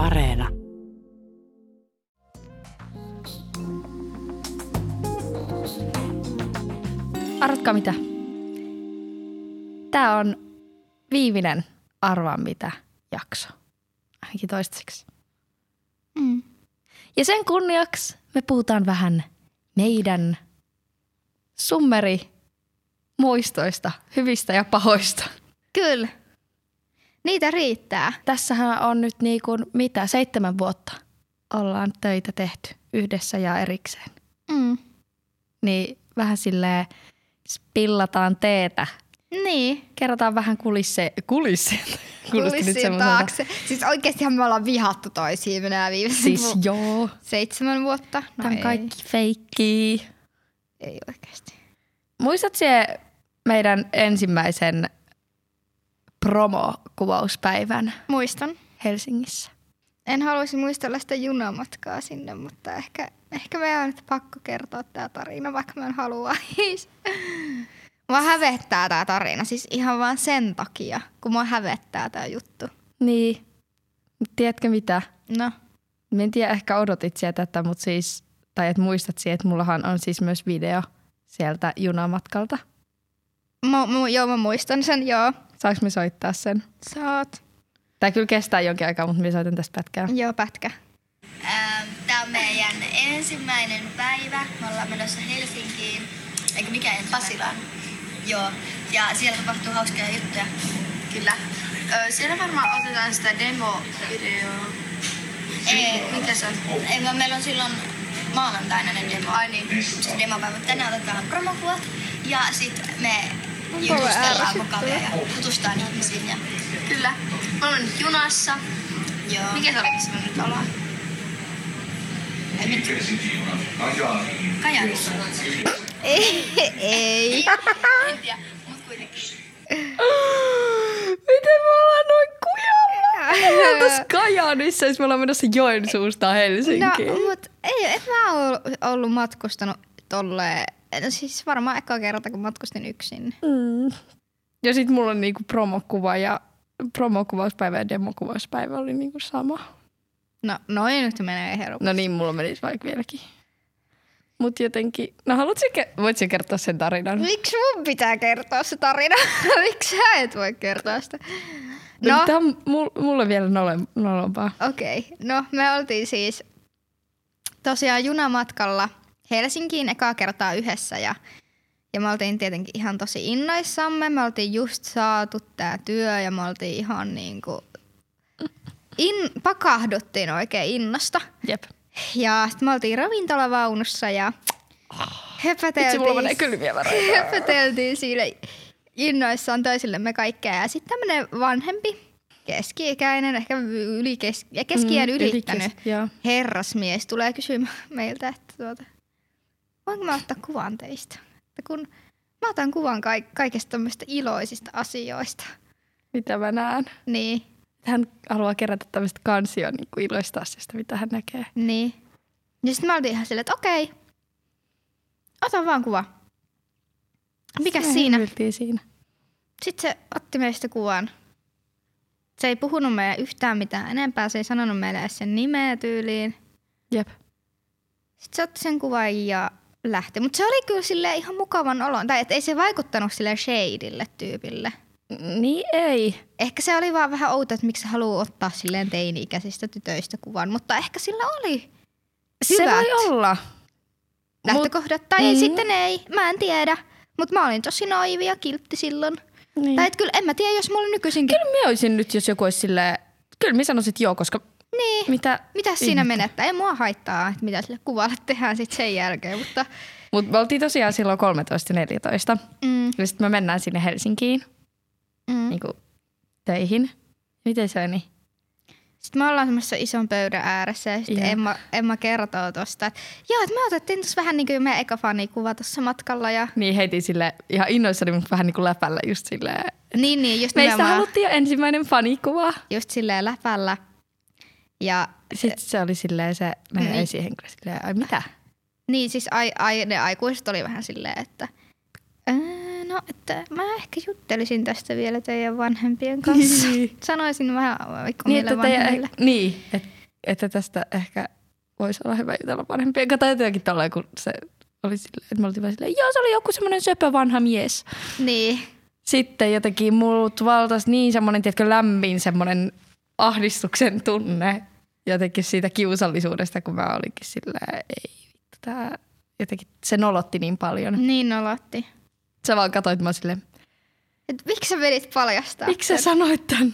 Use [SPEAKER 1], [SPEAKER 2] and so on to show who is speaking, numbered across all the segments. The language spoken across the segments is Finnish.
[SPEAKER 1] Areena.
[SPEAKER 2] Arvatkaa mitä? Tämä on viimeinen arvaa mitä jakso. Ainakin toistaiseksi.
[SPEAKER 3] Mm.
[SPEAKER 2] Ja sen kunniaksi me puhutaan vähän meidän summeri muistoista, hyvistä ja pahoista.
[SPEAKER 3] Kyllä. Niitä riittää.
[SPEAKER 2] Tässähän on nyt niin kuin mitä, seitsemän vuotta ollaan töitä tehty yhdessä ja erikseen.
[SPEAKER 3] Mm.
[SPEAKER 2] Niin vähän silleen spillataan teetä.
[SPEAKER 3] Niin.
[SPEAKER 2] Kerrotaan vähän kulisse... Kulisse?
[SPEAKER 3] Kulissien taakse. Siis oikeastihan me ollaan vihattu toisiimme nämä viimeiset
[SPEAKER 2] Siis
[SPEAKER 3] vu-
[SPEAKER 2] joo.
[SPEAKER 3] seitsemän vuotta. No
[SPEAKER 2] Tämä on
[SPEAKER 3] ei.
[SPEAKER 2] kaikki feikki.
[SPEAKER 3] Ei oikeasti.
[SPEAKER 2] Muistat se meidän ensimmäisen promokuvauspäivän
[SPEAKER 3] Muistan.
[SPEAKER 2] Helsingissä?
[SPEAKER 3] En haluaisi muistella sitä junamatkaa sinne, mutta ehkä, ehkä meidän on nyt pakko kertoa tämä tarina, vaikka mä en halua. Mua hävettää tämä tarina, siis ihan vaan sen takia, kun mua hävettää tämä juttu.
[SPEAKER 2] Niin. Mut Tiedätkö mitä?
[SPEAKER 3] No,
[SPEAKER 2] Mä en tiedä, ehkä odotit sieltä tätä, mutta siis, tai et muistat siihen, että mullahan on siis myös video sieltä junamatkalta.
[SPEAKER 3] mu, mu, joo mä muistan sen, joo.
[SPEAKER 2] Saanko me soittaa sen?
[SPEAKER 3] Saat.
[SPEAKER 2] Tämä kyllä kestää jonkin aikaa, mutta me soitan tästä pätkää.
[SPEAKER 3] Joo, pätkä.
[SPEAKER 4] Tämä Ähm, on meidän ensimmäinen päivä. Me ollaan menossa Helsinkiin, eikö mikä Pasilaan. Joo, ja siellä tapahtuu hauskoja juttuja. Kyllä. Ö, siellä varmaan otetaan sitä demo-videoa. Ei, mitä se on? Ei, vaan meillä on silloin maanantaina ne demo. Ai niin. Se demopäivä. Tänään otetaan promokuvat ja sitten me
[SPEAKER 3] Onpa
[SPEAKER 4] jutustellaan
[SPEAKER 3] ärsyttävää.
[SPEAKER 4] mukavia ja tutustaan ihmisiin. Ja... Kyllä. Me ollaan nyt junassa. Joo. Mikä tarvitsisi me nyt ollaan? Kajaanissa.
[SPEAKER 3] Ei, ei.
[SPEAKER 4] En tiedä, mut kuitenkin.
[SPEAKER 2] Miten me ollaan noin kujalla? Me ollaan tässä Kajaanissa, jos me ollaan menossa Joensuusta Helsinkiin.
[SPEAKER 3] No, mut ei, en mä oo ollut matkustanut tolleen. No siis varmaan eka kerta, kun matkustin yksin.
[SPEAKER 2] Mm. Ja sitten mulla on niinku promokuva ja promokuvauspäivä ja demokuvauspäivä oli niinku sama.
[SPEAKER 3] No, noin nyt menee heru.
[SPEAKER 2] No niin, mulla menisi vaikka vieläkin. Mut jotenkin, no haluatko, ke- voit sä kertoa sen tarinan?
[SPEAKER 3] Miksi mun pitää kertoa se tarina? Miksi sä et voi kertoa sitä?
[SPEAKER 2] No.
[SPEAKER 3] No,
[SPEAKER 2] Tämä on mul- mulle vielä nole- nolompaa.
[SPEAKER 3] okei. Okay. No, me oltiin siis tosiaan junamatkalla Helsinkiin ekaa kertaa yhdessä ja, ja me oltiin tietenkin ihan tosi innoissamme. Me oltiin just saatu tää työ ja me oltiin ihan niinku... In, pakahduttiin oikein innosta.
[SPEAKER 2] Jep.
[SPEAKER 3] Ja sitten me oltiin ravintolavaunussa ja
[SPEAKER 2] Itse mulla menee
[SPEAKER 3] höpöteltiin
[SPEAKER 2] kylmiä väreitä.
[SPEAKER 3] höpöteltiin siinä innoissaan toisillemme kaikkea. Ja sitten tämmöinen vanhempi, keski-ikäinen, ehkä yli keski- keskiään mm, ylittänyt
[SPEAKER 2] yli kes- Joo.
[SPEAKER 3] herrasmies tulee kysymään meiltä, että tuota, voinko mä ottaa kuvan teistä? Että kun mä otan kuvan kaik- kaikesta tämmöistä iloisista asioista,
[SPEAKER 2] Mitä mä näen?
[SPEAKER 3] niin,
[SPEAKER 2] Hän haluaa kerätä tämmöistä kansioon niin kuin iloista asioista, mitä hän näkee.
[SPEAKER 3] niin. Ja sitten mä oltiin ihan silleen, että okei, otan vaan kuva. Mikä
[SPEAKER 2] Sitten me
[SPEAKER 3] siinä?
[SPEAKER 2] hymyiltiin siinä.
[SPEAKER 3] Sitten se otti meistä kuvan. Se ei puhunut meille yhtään mitään enempää, se ei sanonut meille edes sen nimeä tyyliin.
[SPEAKER 2] Jep.
[SPEAKER 3] Sitten se otti sen kuvan ja lähti. Mutta se oli kyllä sille ihan mukavan olon. Tai et ei se vaikuttanut sille shadeille tyypille.
[SPEAKER 2] Niin ei.
[SPEAKER 3] Ehkä se oli vaan vähän outo, että miksi se haluaa ottaa silleen teini-ikäisistä tytöistä kuvan. Mutta ehkä sillä oli
[SPEAKER 2] Se
[SPEAKER 3] Hyvät.
[SPEAKER 2] voi olla.
[SPEAKER 3] lähtökohdat. Tai
[SPEAKER 2] Mm.
[SPEAKER 3] sitten ei, mä en tiedä. Mutta mä olin tosi naivi ja kiltti silloin.
[SPEAKER 2] Niin.
[SPEAKER 3] Niin. Tai et kyllä en mä tiedä, jos mulla nykyisinkin...
[SPEAKER 2] Kyllä mä olisin nyt, jos joku olisi silleen, kyllä mä sanoisin, että joo, koska
[SPEAKER 3] Niin.
[SPEAKER 2] mitä...
[SPEAKER 3] Mitä siinä menettää? Ei mua haittaa, että mitä sille kuvalle tehdään sit sen jälkeen, mutta
[SPEAKER 2] Mutta me oltiin tosiaan silloin 13-14.
[SPEAKER 3] mm,
[SPEAKER 2] Ja sitten me mennään sinne Helsinkiin
[SPEAKER 3] mm.
[SPEAKER 2] niin kuin töihin. Miten se meni?
[SPEAKER 3] Sitten me ollaan semmoisessa ison pöydän ääressä ja sitten
[SPEAKER 2] Joo.
[SPEAKER 3] Emma, Emma kertoo tosta, että joo, että me otettiin tuossa vähän niin kuin meidän eka fanikuva tuossa matkalla ja
[SPEAKER 2] Niin heitin sille ihan innoissani, mutta vähän niin kuin läpällä just silleen.
[SPEAKER 3] niin, niin, just
[SPEAKER 2] Meistä
[SPEAKER 3] nimenomaan,
[SPEAKER 2] haluttiin jo ensimmäinen fanikuva.
[SPEAKER 3] just silleen läpällä. Ja
[SPEAKER 2] Sitten se oli silleen se meidän
[SPEAKER 3] Niin.
[SPEAKER 2] esihenkilö silleen, ai mitä?
[SPEAKER 3] niin siis ai, ai, ne aikuiset oli vähän silleen, että "Ää, No, että mä ehkä juttelisin tästä vielä teidän vanhempien kanssa.
[SPEAKER 2] Niin.
[SPEAKER 3] Sanoisin vähän
[SPEAKER 2] Niin,
[SPEAKER 3] omille
[SPEAKER 2] että, teidän,
[SPEAKER 3] vanhemmille.
[SPEAKER 2] niin et, että tästä ehkä voisi olla hyvä jutella vanhempien kanssa tai jotenkin tolleen, kun se oli silleen, että me oltiin vaan silleen, joo se oli joku semmoinen söpö vanha mies.
[SPEAKER 3] Niin,
[SPEAKER 2] Sitten jotenkin muut valtas niin semmoinen, tiedätkö, lämmin semmoinen ahdistuksen tunne jotenkin siitä kiusallisuudesta, kun mä olinkin silleen, ei vittu, tää jotenkin se nolotti niin paljon.
[SPEAKER 3] niin nolotti.
[SPEAKER 2] Sä vaan katsoit mä silleen,
[SPEAKER 3] Et miksi sä vedit paljastaa?
[SPEAKER 2] Miksi sä sanoit tän?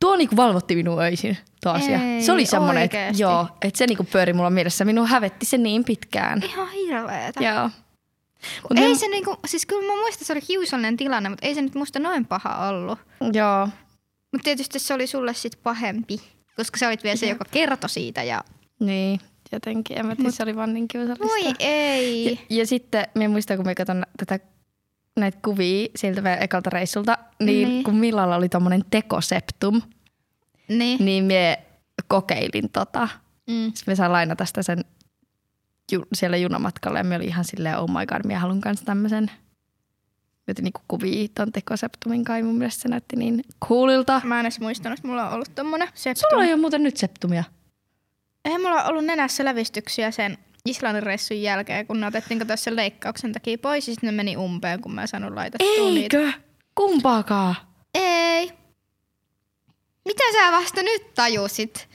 [SPEAKER 2] Tuo niinku valvotti minua öisin, tuo asia. se oli
[SPEAKER 3] Ei
[SPEAKER 2] semmoinen, että
[SPEAKER 3] oikeesti.
[SPEAKER 2] joo, että se niinku pyöri mulla mielessä. Minua hävetti se niin pitkään.
[SPEAKER 3] Ihan hirveetä.
[SPEAKER 2] Joo. Mut
[SPEAKER 3] ei
[SPEAKER 2] niin-
[SPEAKER 3] se niinku, siis kyllä mä muistan, että se oli kiusallinen tilanne, mutta ei se nyt musta noin paha ollut.
[SPEAKER 2] Joo.
[SPEAKER 3] Mutta tietysti se oli sulle sit pahempi, koska sä olit vielä se, joka kertoi siitä. Ja...
[SPEAKER 2] Niin, jotenkin. En mä tiedä, se oli vaan niin kiusallista.
[SPEAKER 3] Voi
[SPEAKER 2] Ja,
[SPEAKER 3] ei.
[SPEAKER 2] ja sitten, me muistan, kun me katson tätä, näitä kuvia siltä meidän ekalta reissulta, niin,
[SPEAKER 3] Niin.
[SPEAKER 2] kun Millalla oli tommonen tekoseptum,
[SPEAKER 3] Niin.
[SPEAKER 2] niin me kokeilin tota.
[SPEAKER 3] Mm.
[SPEAKER 2] Sitten me saan lainata sitä sen ju, siellä junamatkalla ja me oli ihan silleen, oh my god, minä haluan kans tämmöisen. Joten niinku kuvia ton tekoseptumin kai mun mielestä se näytti niin coolilta.
[SPEAKER 3] Mä en edes muistanut, että mulla on ollut tommonen septum.
[SPEAKER 2] Sulla ei ole muuten nyt septumia.
[SPEAKER 3] Ei mulla ollut nenässä lävistyksiä sen Islannin reissun jälkeen, kun ne otettiin kato sen leikkauksen takia pois, ja sitten ne meni umpeen, kun mä en saanut laitettua niitä.
[SPEAKER 2] Eikö? Kumpaakaan.
[SPEAKER 3] Ei. Mitä sä vasta nyt tajusit?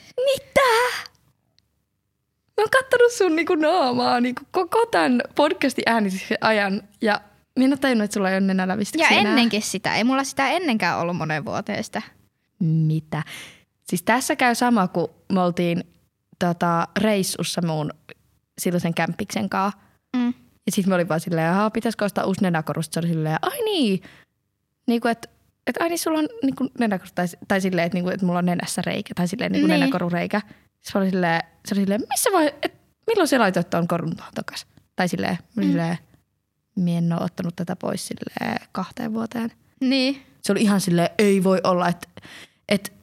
[SPEAKER 2] Mä oon kattonut sun niinku naamaa niinku koko tämän podcastin äänityksen ajan ja minä en oo tajunnut, että sulla ei ole nenälävistyksiä
[SPEAKER 3] Ja
[SPEAKER 2] enää.
[SPEAKER 3] ennenkin sitä. Ei mulla sitä ennenkään ollut monen vuoteen sitä.
[SPEAKER 2] Mitä? Siis tässä käy sama, kun me oltiin tota, reissussa mun silloisen kämppiksen kanssa.
[SPEAKER 3] Mm.
[SPEAKER 2] Ja sitten me oli vaan silleen, että pitäisikö ostaa uusi nenäkorusta. Se oli silleen, ai niin. Niin kuin, että et, ai niin, sulla on niin kuin nenäkorusta. Tai, tai silleen, että, niin kuin, että mulla on nenässä reikä. Tai silleen niin kuin
[SPEAKER 3] Niin.
[SPEAKER 2] nenäkorureikä. Se oli silleen, se oli silleen missä voi, et, milloin se laitoit tuon korun tuohon takas? Tai silleen, mm. silleen, mie en ole ottanut tätä pois silleen kahteen vuoteen.
[SPEAKER 3] Niin.
[SPEAKER 2] Se oli ihan silleen, ei voi olla, että et,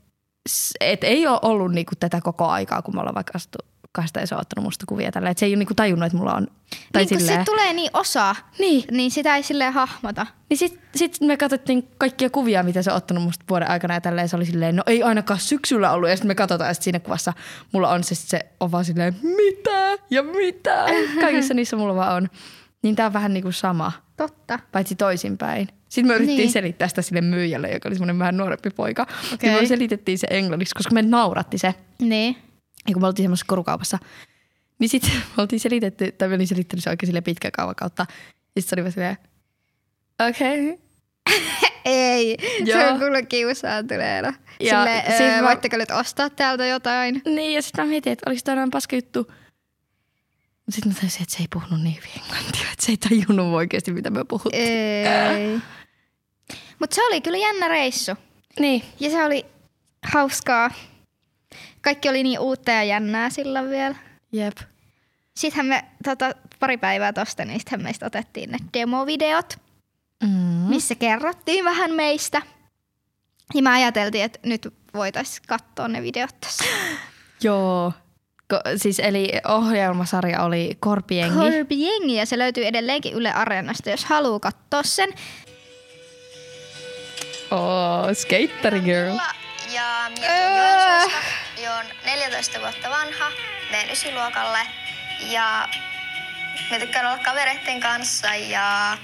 [SPEAKER 2] s- et ei ole ollut niinku tätä koko aikaa, kun me ollaan vaikka astu kahdesta ja se on ottanut musta kuvia tällä. Et se ei ole niinku tajunnut, että mulla on. Tai
[SPEAKER 3] niin kun se tulee niin osa,
[SPEAKER 2] niin.
[SPEAKER 3] niin sitä ei silleen hahmota.
[SPEAKER 2] Niin sit, sit me katsottiin kaikkia kuvia, mitä se on ottanut musta vuoden aikana ja tälleen se oli silleen, no ei ainakaan syksyllä ollut. Ja sitten me katsotaan ja sit siinä kuvassa mulla on se, se on vaan silleen, mitä ja mitä. Kaikissa niissä mulla vaan on. Niin tää on vähän niinku sama,
[SPEAKER 3] Totta.
[SPEAKER 2] paitsi toisinpäin. Sitten me yritettiin
[SPEAKER 3] Niin.
[SPEAKER 2] selittää sitä sille myyjälle, joka oli semmoinen vähän nuorempi poika. Okay. Niin
[SPEAKER 3] Okei.
[SPEAKER 2] me selitettiin se englanniksi, koska me nauratti se.
[SPEAKER 3] Niin.
[SPEAKER 2] Ja kun me oltiin semmoisessa korukaupassa, niin sitten me oltiin selitetty, tai me olin selittänyt se oikein sille pitkän kaavan kautta. Ja sitten se oli vaan silleen, okei, okay,
[SPEAKER 3] Ei. Se
[SPEAKER 2] Joo.
[SPEAKER 3] on kuule kiusaantuneena.
[SPEAKER 2] Ja
[SPEAKER 3] Silleen,
[SPEAKER 2] sit
[SPEAKER 3] öö,
[SPEAKER 2] mä-
[SPEAKER 3] voitteko nyt ostaa täältä jotain?
[SPEAKER 2] Niin, ja sitten mä mietin, että oliko tämä paska juttu. Sitten mä tajusin, että se ei puhunut niin hyvin englantia, että se ei tajunnut oikeasti, mitä me puhuttiin.
[SPEAKER 3] Ei. Mutta se oli kyllä jännä reissu.
[SPEAKER 2] Niin,
[SPEAKER 3] Ja se oli hauskaa. Kaikki oli niin uutta ja jännää silloin vielä.
[SPEAKER 2] jep.
[SPEAKER 3] Sittenhän me tota, pari päivää tosta, niin sittenhän meistä otettiin ne demovideot,
[SPEAKER 2] Mm.
[SPEAKER 3] missä kerrottiin vähän meistä. Ja mä ajateltiin, että nyt voitaisiin katsoa ne videot tossa.
[SPEAKER 2] Joo. Ko, siis eli ohjelmasarja oli Korpiengi. Kor-
[SPEAKER 3] Corby Jengi, ja se löytyy edelleenkin Yle Areenasta, jos haluaa katsoa sen.
[SPEAKER 2] oh, skater girl.
[SPEAKER 4] Mulla ja
[SPEAKER 3] Öö.
[SPEAKER 4] minä olen 14 vuotta vanha, menen ysiluokalle ja me tykkään olla kavereiden kanssa ja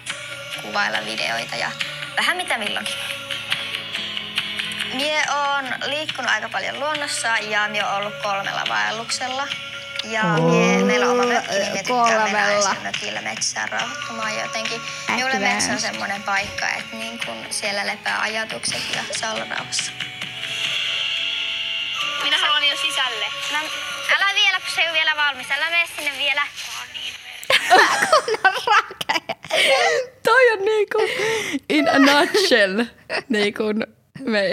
[SPEAKER 4] kuvailla videoita ja vähän mitä milloinkin. Mie on liikkunut aika paljon luonnossa ja mie on ollut kolmella vaelluksella. Ja mie, meillä on oma mökki, niin mie tykkään mennä
[SPEAKER 3] Kolmella.
[SPEAKER 4] aina sinne mökille metsään rauhoittumaan jotenkin. Minulle
[SPEAKER 3] Äkkiväis.
[SPEAKER 4] metsä on semmoinen paikka, että niin kun siellä lepää ajatukset ja saa olla rauhassa.
[SPEAKER 1] Minä haluan jo sisälle.
[SPEAKER 4] No, älä vielä, kun se ei ole vielä valmis. Älä mene sinne vielä.
[SPEAKER 2] Toi on niinku in a nutshell. niinku me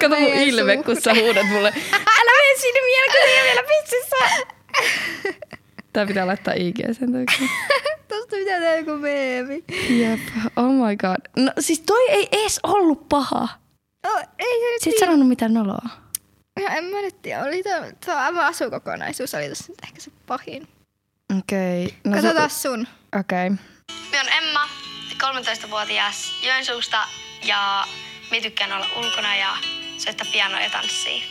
[SPEAKER 2] Kato mun
[SPEAKER 3] Meidän
[SPEAKER 2] ilme, kun sä huudat mulle. Älä mene sinne vielä, kun ei ole vielä pitsissä. Tää pitää laittaa IG sen takia.
[SPEAKER 3] Tosta pitää tehdä joku meemi.
[SPEAKER 2] Jep, oh my god. No siis toi ei ees ollut paha.
[SPEAKER 3] No, ei se nyt
[SPEAKER 2] Sä et sanonut mitään noloa.
[SPEAKER 3] No en mä nyt tiedä, oli tuo, tuo aivan asukokonaisuus oli tossa nyt ehkä se pahin.
[SPEAKER 2] Okei. Okay.
[SPEAKER 3] No Katsotaan sun.
[SPEAKER 2] Okei. Okay.
[SPEAKER 1] Minä on Emma, 13-vuotias Joensuusta ja me tykkään olla ulkona ja soittaa pianoa ja tanssia.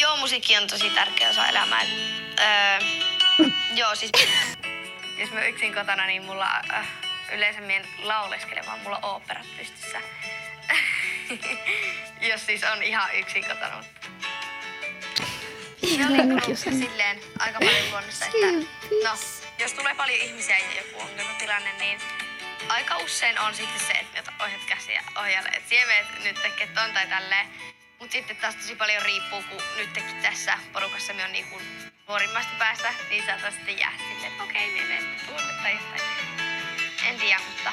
[SPEAKER 1] Joo, musiikki on tosi tärkeä osa elämää. Öö, joo, siis jos mä yksin kotona, niin mulla äh, yleensä mien lauleskele, vaan mulla on oopperat pystyssä. jos siis on ihan yksin kotona. mutta- Me on liikkunut silleen aika paljon luonnossa, että no, jos tulee paljon ihmisiä ja joku ongelmatilanne, niin aika usein on sitten se, että me ohjat käsiä ohjalle, että siemeet nyt tekee ton tai tälleen. Mutta sitten taas tosi paljon riippuu, kun nyt tekin tässä porukassa me on niinku nuorimmasta päästä, niin saattaa sitten jää silleen, että okei, me menen tuonne tai jotain. En tiedä, mutta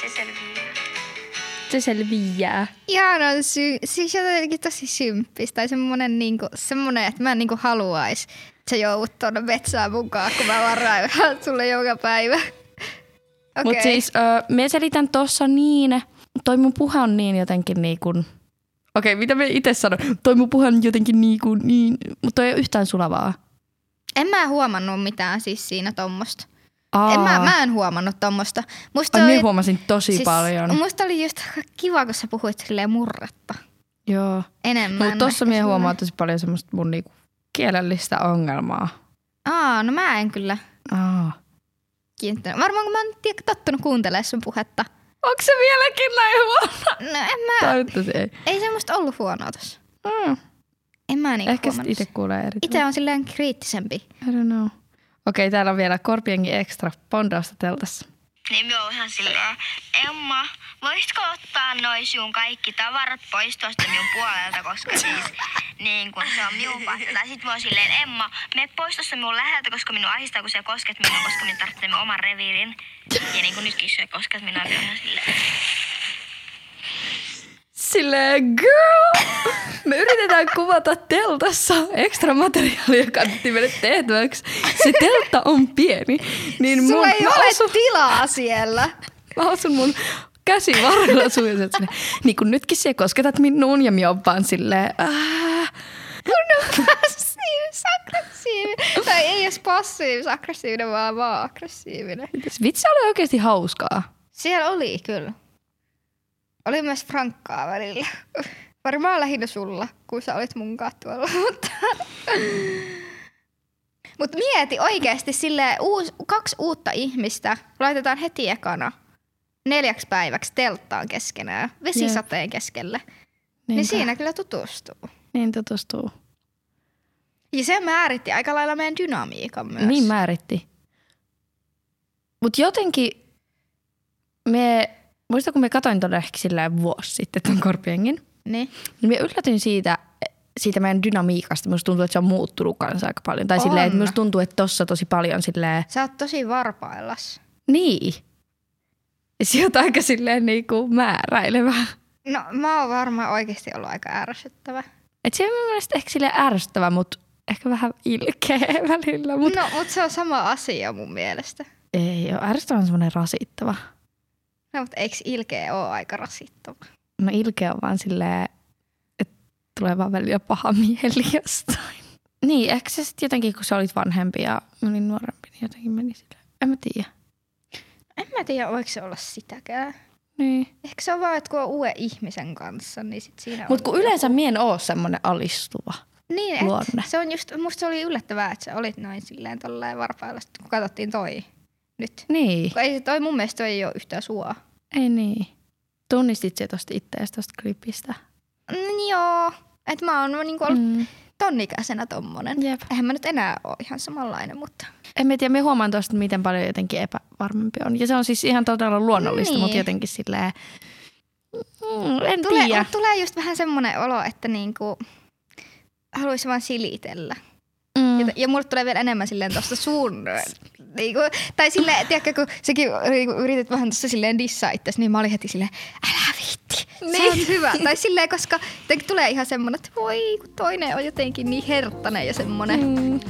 [SPEAKER 1] se selviää.
[SPEAKER 2] Se selviää.
[SPEAKER 3] Ihanan sy- siis jotenkin tosi symppis tai semmonen, niinku, semmonen että mä en niinku haluais, että sä joudut tuonne metsään mukaan, kun mä vaan raivaan sulle joka päivä. Okei.
[SPEAKER 2] Mutta siis öö, me selitän tossa niin, toi mun puhe on niin jotenkin niin kuin... Okei, mitä me itse sanoin? Toi mun puhe on jotenkin niin kuin niin... Mutta ei ole yhtään sulavaa.
[SPEAKER 3] En mä huomannut mitään siis siinä tommosta.
[SPEAKER 2] Aa,
[SPEAKER 3] En mä, mä en huomannut tommosta. Musta
[SPEAKER 2] Ai,
[SPEAKER 3] oli,
[SPEAKER 2] minä huomasin tosi siis, paljon.
[SPEAKER 3] Musta oli just aika kiva, kun sä puhuit silleen murretta
[SPEAKER 2] Joo.
[SPEAKER 3] enemmän.
[SPEAKER 2] Mutta tossa
[SPEAKER 3] Ehkä
[SPEAKER 2] minä huomaan
[SPEAKER 3] semmonen-
[SPEAKER 2] tosi paljon semmoista mun niinku kielellistä ongelmaa.
[SPEAKER 3] Aa, no mä en kyllä
[SPEAKER 2] Aa.
[SPEAKER 3] kiinnittänyt. Varmaan kun mä oon tiedä, tottunut kuuntelemaan sun puhetta.
[SPEAKER 2] Onko se vieläkin näin huono?
[SPEAKER 3] No en mä,
[SPEAKER 2] Toivottavasti ei.
[SPEAKER 3] ei semmoista ollut huonoa tossa.
[SPEAKER 2] Mm.
[SPEAKER 3] En mä niinku
[SPEAKER 2] Ehkä sit
[SPEAKER 3] huomannut.
[SPEAKER 2] itse kuulee eri
[SPEAKER 3] Itse on silleen kriittisempi.
[SPEAKER 2] I don't know. Okei, täällä on vielä Korpienkin extra pondausta teltassa.
[SPEAKER 1] Niin me on ihan silleen, Emma, voisitko ottaa noi sun kaikki tavarat pois tuosta minun puolelta, koska siis niin kun se on minun patta. Sitten mä oon silleen, Emma, me pois tuosta minun läheltä, koska minun ahistaa, kun sä kosket minua, koska minä tarvitsen minun oman reviirin. Ja niin kuin nytkin sä kosket minua, niin on ihan silleen.
[SPEAKER 2] Silleen, girl! Me yritetään kuvata teltassa extra materiaalia, joka annettiin meille tehtäväksi. Se teltta on pieni, niin mun,
[SPEAKER 3] Sulla ei
[SPEAKER 2] mä,
[SPEAKER 3] ole
[SPEAKER 2] osun,
[SPEAKER 3] tilaa siellä.
[SPEAKER 2] mä osun mun käsivarrella suiset sinne. Niin kun nytkin sä kosketat minuun ja minä oon vaan silleen, "Ah."
[SPEAKER 3] Passiivis, aggressiivinen. Tai ei edes passiivis, aggressiivinen, vaan vaan aggressiivinen.
[SPEAKER 2] Vitsi se oli oikeasti hauskaa.
[SPEAKER 3] Siellä oli kyllä. Oli myös frankkaa välillä. Varmaan lähinnä sulla, kun sä olit munkaan tuolla, mutta... Mut mieti oikeasti sille uus, kaksi uutta ihmistä laitetaan heti ekana neljäksi päiväksi telttaan keskenään, vesisateen keskelle. Niin siinä kyllä tutustuu.
[SPEAKER 2] niin tutustuu.
[SPEAKER 3] Ja se määritti aika lailla meidän dynamiikan myös.
[SPEAKER 2] Niin määritti. Mutta jotenkin me, muista kun me katoin tuonne ehkä sillä vuosi sitten ton korpiengin,
[SPEAKER 3] Niin.
[SPEAKER 2] niin me yllätyin siitä, siitä meidän dynamiikasta. Musta tuntuu, että se on muuttunut kanssa aika paljon. Tai
[SPEAKER 3] On.
[SPEAKER 2] silleen, että musta tuntuu, että tossa tosi paljon silleen,
[SPEAKER 3] Sä oot tosi varpaillas.
[SPEAKER 2] niin. Se on aika silleen niinku määräilevää.
[SPEAKER 3] No mä oon varmaan oikeasti ollut aika ärsyttävä.
[SPEAKER 2] Et se on mun mielestä ehkä silleen ärsyttävä, mutta ehkä vähän ilkeä välillä. Mut
[SPEAKER 3] No, mutta se on sama asia mun mielestä.
[SPEAKER 2] Ei ole ärsyttävä, on semmoinen rasittava.
[SPEAKER 3] No, mutta eikö ilkeä ole aika rasittava?
[SPEAKER 2] No ilkeä on vaan silleen, että tulee vaan välillä paha mieli jostain. Niin, ehkä se sitten jotenkin, kun sä olit vanhempi ja mä olin nuorempi, niin jotenkin meni silleen. En mä tiedä.
[SPEAKER 3] En mä tiedä, voiko se olla sitäkään.
[SPEAKER 2] Niin.
[SPEAKER 3] Ehkä se on vaan, että kun on uuden ihmisen kanssa, niin sit siinä
[SPEAKER 2] Mutta
[SPEAKER 3] on...
[SPEAKER 2] kun yleensä mie en oo semmonen alistuva.
[SPEAKER 3] Niin, et,
[SPEAKER 2] luonne.
[SPEAKER 3] se on just, musta se oli yllättävää, että sä olit noin silleen tolleen varpailla, sit kun katsottiin toi nyt.
[SPEAKER 2] Niin.
[SPEAKER 3] Kun ei se toi, mun mielestä toi ei ole yhtään sua.
[SPEAKER 2] Ei niin. Tunnistit se tosta itteestä tosta klipistä?
[SPEAKER 3] Mm, joo, että mä oon niinku ollut
[SPEAKER 2] Mm.
[SPEAKER 3] tonnikäisenä tommonen.
[SPEAKER 2] Jep.
[SPEAKER 3] Eihän mä nyt enää ole ihan samanlainen, mutta...
[SPEAKER 2] En mä tiedä, me huomaan tosta, miten paljon jotenkin epävarmempi on. Ja se on siis ihan todella luonnollista,
[SPEAKER 3] Niin.
[SPEAKER 2] mutta jotenkin silleen... Mm, en
[SPEAKER 3] Tulee,
[SPEAKER 2] tiedä.
[SPEAKER 3] mut tulee just vähän semmoinen olo, että niinku, haluaisi vaan silitellä.
[SPEAKER 2] Mm.
[SPEAKER 3] Ja, ja mulle tulee vielä enemmän silleen tosta sun... niinku, tai silleen, tiedätkö, kun säkin niinku, yritit vähän tossa silleen dissaa itses, niin mä olin heti silleen, älä viitti, niin. sä oot hyvä. tai silleen, koska jotenkin tulee ihan semmonen, että voi, kun toinen on jotenkin niin herttainen ja semmonen. Mm.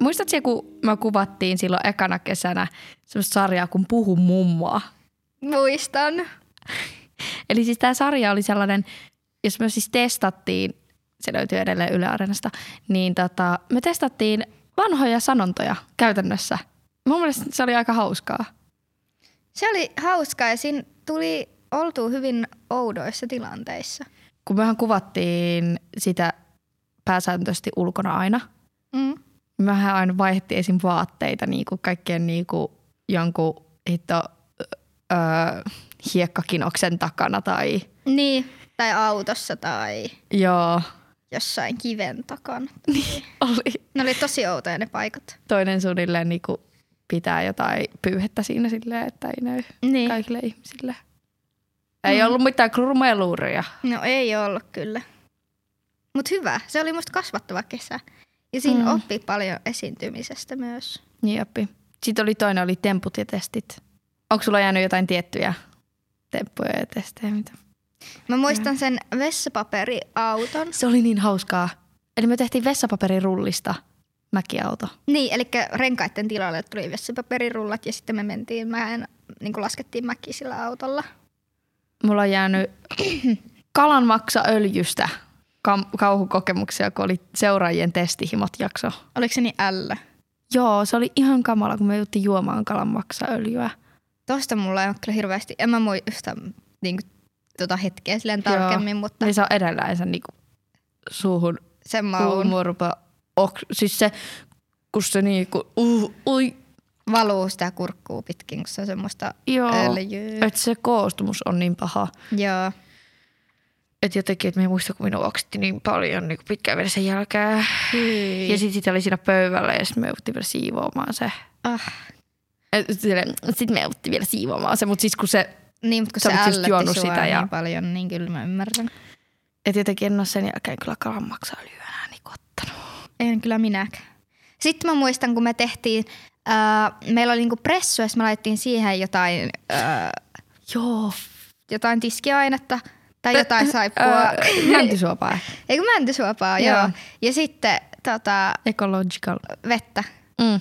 [SPEAKER 2] Muistatko, siellä, kun me kuvattiin silloin ekana kesänä semmoista sarjaa kuin Puhu mummoa?
[SPEAKER 3] Muistan.
[SPEAKER 2] Eli siis tämä sarja oli sellainen, jos me siis testattiin, se löytyy edelleen Yle Areenasta, niin tota, me testattiin vanhoja sanontoja käytännössä. Mun mielestä se oli aika hauskaa.
[SPEAKER 3] Se oli hauskaa ja siinä tuli oltu hyvin oudoissa tilanteissa.
[SPEAKER 2] Kun mehän kuvattiin sitä pääsääntöisesti ulkona aina,
[SPEAKER 3] Mm.
[SPEAKER 2] mehän aina vaihdettiin esim. vaatteita niin kuin kaikkien niin kuin jonkun hitto, öö, hiekkakinoksen takana tai
[SPEAKER 3] Niin. Tai autossa tai
[SPEAKER 2] joo,
[SPEAKER 3] jossain kiven takana.
[SPEAKER 2] oli
[SPEAKER 3] Ne oli tosi outoja ne paikat.
[SPEAKER 2] toinen suunnilleen niin kuin pitää jotain pyyhettä siinä silleen, että ei näy
[SPEAKER 3] Niin.
[SPEAKER 2] kaikille ihmisille. Mm. Ei ollut mitään kurmeluuria.
[SPEAKER 3] No ei ollut kyllä. Mutta hyvä, se oli musta kasvattava kesä. Ja siinä
[SPEAKER 2] Mm.
[SPEAKER 3] mm. oppi paljon esiintymisestä myös.
[SPEAKER 2] Jeppi. Sitten Niin oli toinen, oli temput ja testit. Onko sulla jäänyt jotain tiettyjä temppuja ja testejä? Mitä?
[SPEAKER 3] Mä muistan sen vessapaperiauton.
[SPEAKER 2] Se oli niin hauskaa. Eli me tehtiin vessapaperirullista mäkiauto.
[SPEAKER 3] Niin, eli renkaiden tilalle tuli vessapaperirullat ja sitten me mentiin, mä en, niin laskettiin mäki sillä autolla.
[SPEAKER 2] Mulla on jäänyt kalanmaksaöljystä kam- kauhukokemuksia, kun oli seuraajien testihimot jakso.
[SPEAKER 3] Oliko se niin ällä?
[SPEAKER 2] Joo, se oli ihan kamala, kun me juttiin juomaan kalanmaksaöljyä.
[SPEAKER 3] Tosta mulla ei ole kyllä hirveästi, en mä muista niin kuin, tota hetkeä silleen
[SPEAKER 2] Joo.
[SPEAKER 3] tarkemmin, Joo. Niin mutta
[SPEAKER 2] Eli se on edelleen sen niinku suuhun
[SPEAKER 3] sen maun
[SPEAKER 2] kuumurupa. Oks- siis se, kun se niinku, uh, ui,
[SPEAKER 3] valuu sitä kurkkuu pitkin, kun se on semmoista
[SPEAKER 2] joo.
[SPEAKER 3] öljyä.
[SPEAKER 2] Että se koostumus on niin paha.
[SPEAKER 3] Joo.
[SPEAKER 2] Että jotenkin, että me muista, kun minua oksetti niin paljon niin pitkään vielä sen jälkeen. Hyi. Ja sitten sitä oli siinä pöydällä ja sitten me jouduttiin vielä siivoamaan se.
[SPEAKER 3] Ah.
[SPEAKER 2] Sitten me jouduttiin vielä siivoamaan se, mutta siis kun se,
[SPEAKER 3] Niin, mutta kun
[SPEAKER 2] Sä
[SPEAKER 3] se
[SPEAKER 2] olit just
[SPEAKER 3] ällötti
[SPEAKER 2] juonut
[SPEAKER 3] sua
[SPEAKER 2] sitä
[SPEAKER 3] niin
[SPEAKER 2] ja-
[SPEAKER 3] paljon, niin kyllä mä ymmärrän.
[SPEAKER 2] että jotenkin en ole sen jälkeen kyllä kalan maksaa lyönää niin ottanut.
[SPEAKER 3] En kyllä minäkään. Sitten mä muistan, kun me tehtiin, äh, meillä oli niinku pressu, ja sit me laitettiin siihen jotain, äh,
[SPEAKER 2] Joo.
[SPEAKER 3] jotain tiskiainetta tai jotain saippua.
[SPEAKER 2] Öö, Mäntisuopaa ehkä.
[SPEAKER 3] Eikö mäntysuopaa,
[SPEAKER 2] Joo.
[SPEAKER 3] joo. joo. Ja sitten tota,
[SPEAKER 2] Ecological.
[SPEAKER 3] vettä.
[SPEAKER 2] Mm.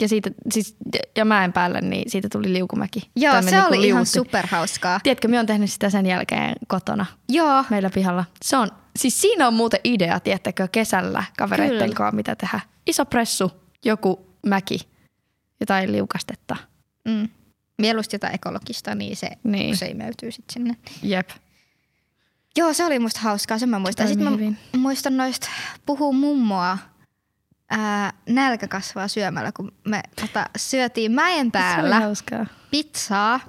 [SPEAKER 2] Ja, siitä, siis, ja mäen päälle, niin siitä tuli liukumäki.
[SPEAKER 3] Joo,
[SPEAKER 2] Tai
[SPEAKER 3] se
[SPEAKER 2] me
[SPEAKER 3] oli
[SPEAKER 2] niinku
[SPEAKER 3] ihan
[SPEAKER 2] liuuttiin.
[SPEAKER 3] superhauskaa.
[SPEAKER 2] Tiedätkö, me on tehnyt sitä sen jälkeen kotona
[SPEAKER 3] Joo,
[SPEAKER 2] meillä pihalla. Se on, siis siinä on muuten idea, tiedättekö, kesällä kavereitten
[SPEAKER 3] Kyllä.
[SPEAKER 2] kanssa, mitä tehdä. Iso pressu, joku mäki, jotain liukastetta.
[SPEAKER 3] mm. mieluusti jotain ekologista, niin se,
[SPEAKER 2] Niin.
[SPEAKER 3] niin. se imeytyy sitten sinne.
[SPEAKER 2] Jep.
[SPEAKER 3] Joo, se oli musta hauskaa, sen mä muistan.
[SPEAKER 2] Toimi
[SPEAKER 3] Sitten mä
[SPEAKER 2] hyvin.
[SPEAKER 3] muistan noista puhuu mummoa. Ää, nälkä kasvaa syömällä, kun me tota, syötiin mäen
[SPEAKER 2] Se oli
[SPEAKER 3] päällä
[SPEAKER 2] hauskaa.
[SPEAKER 3] pizzaa.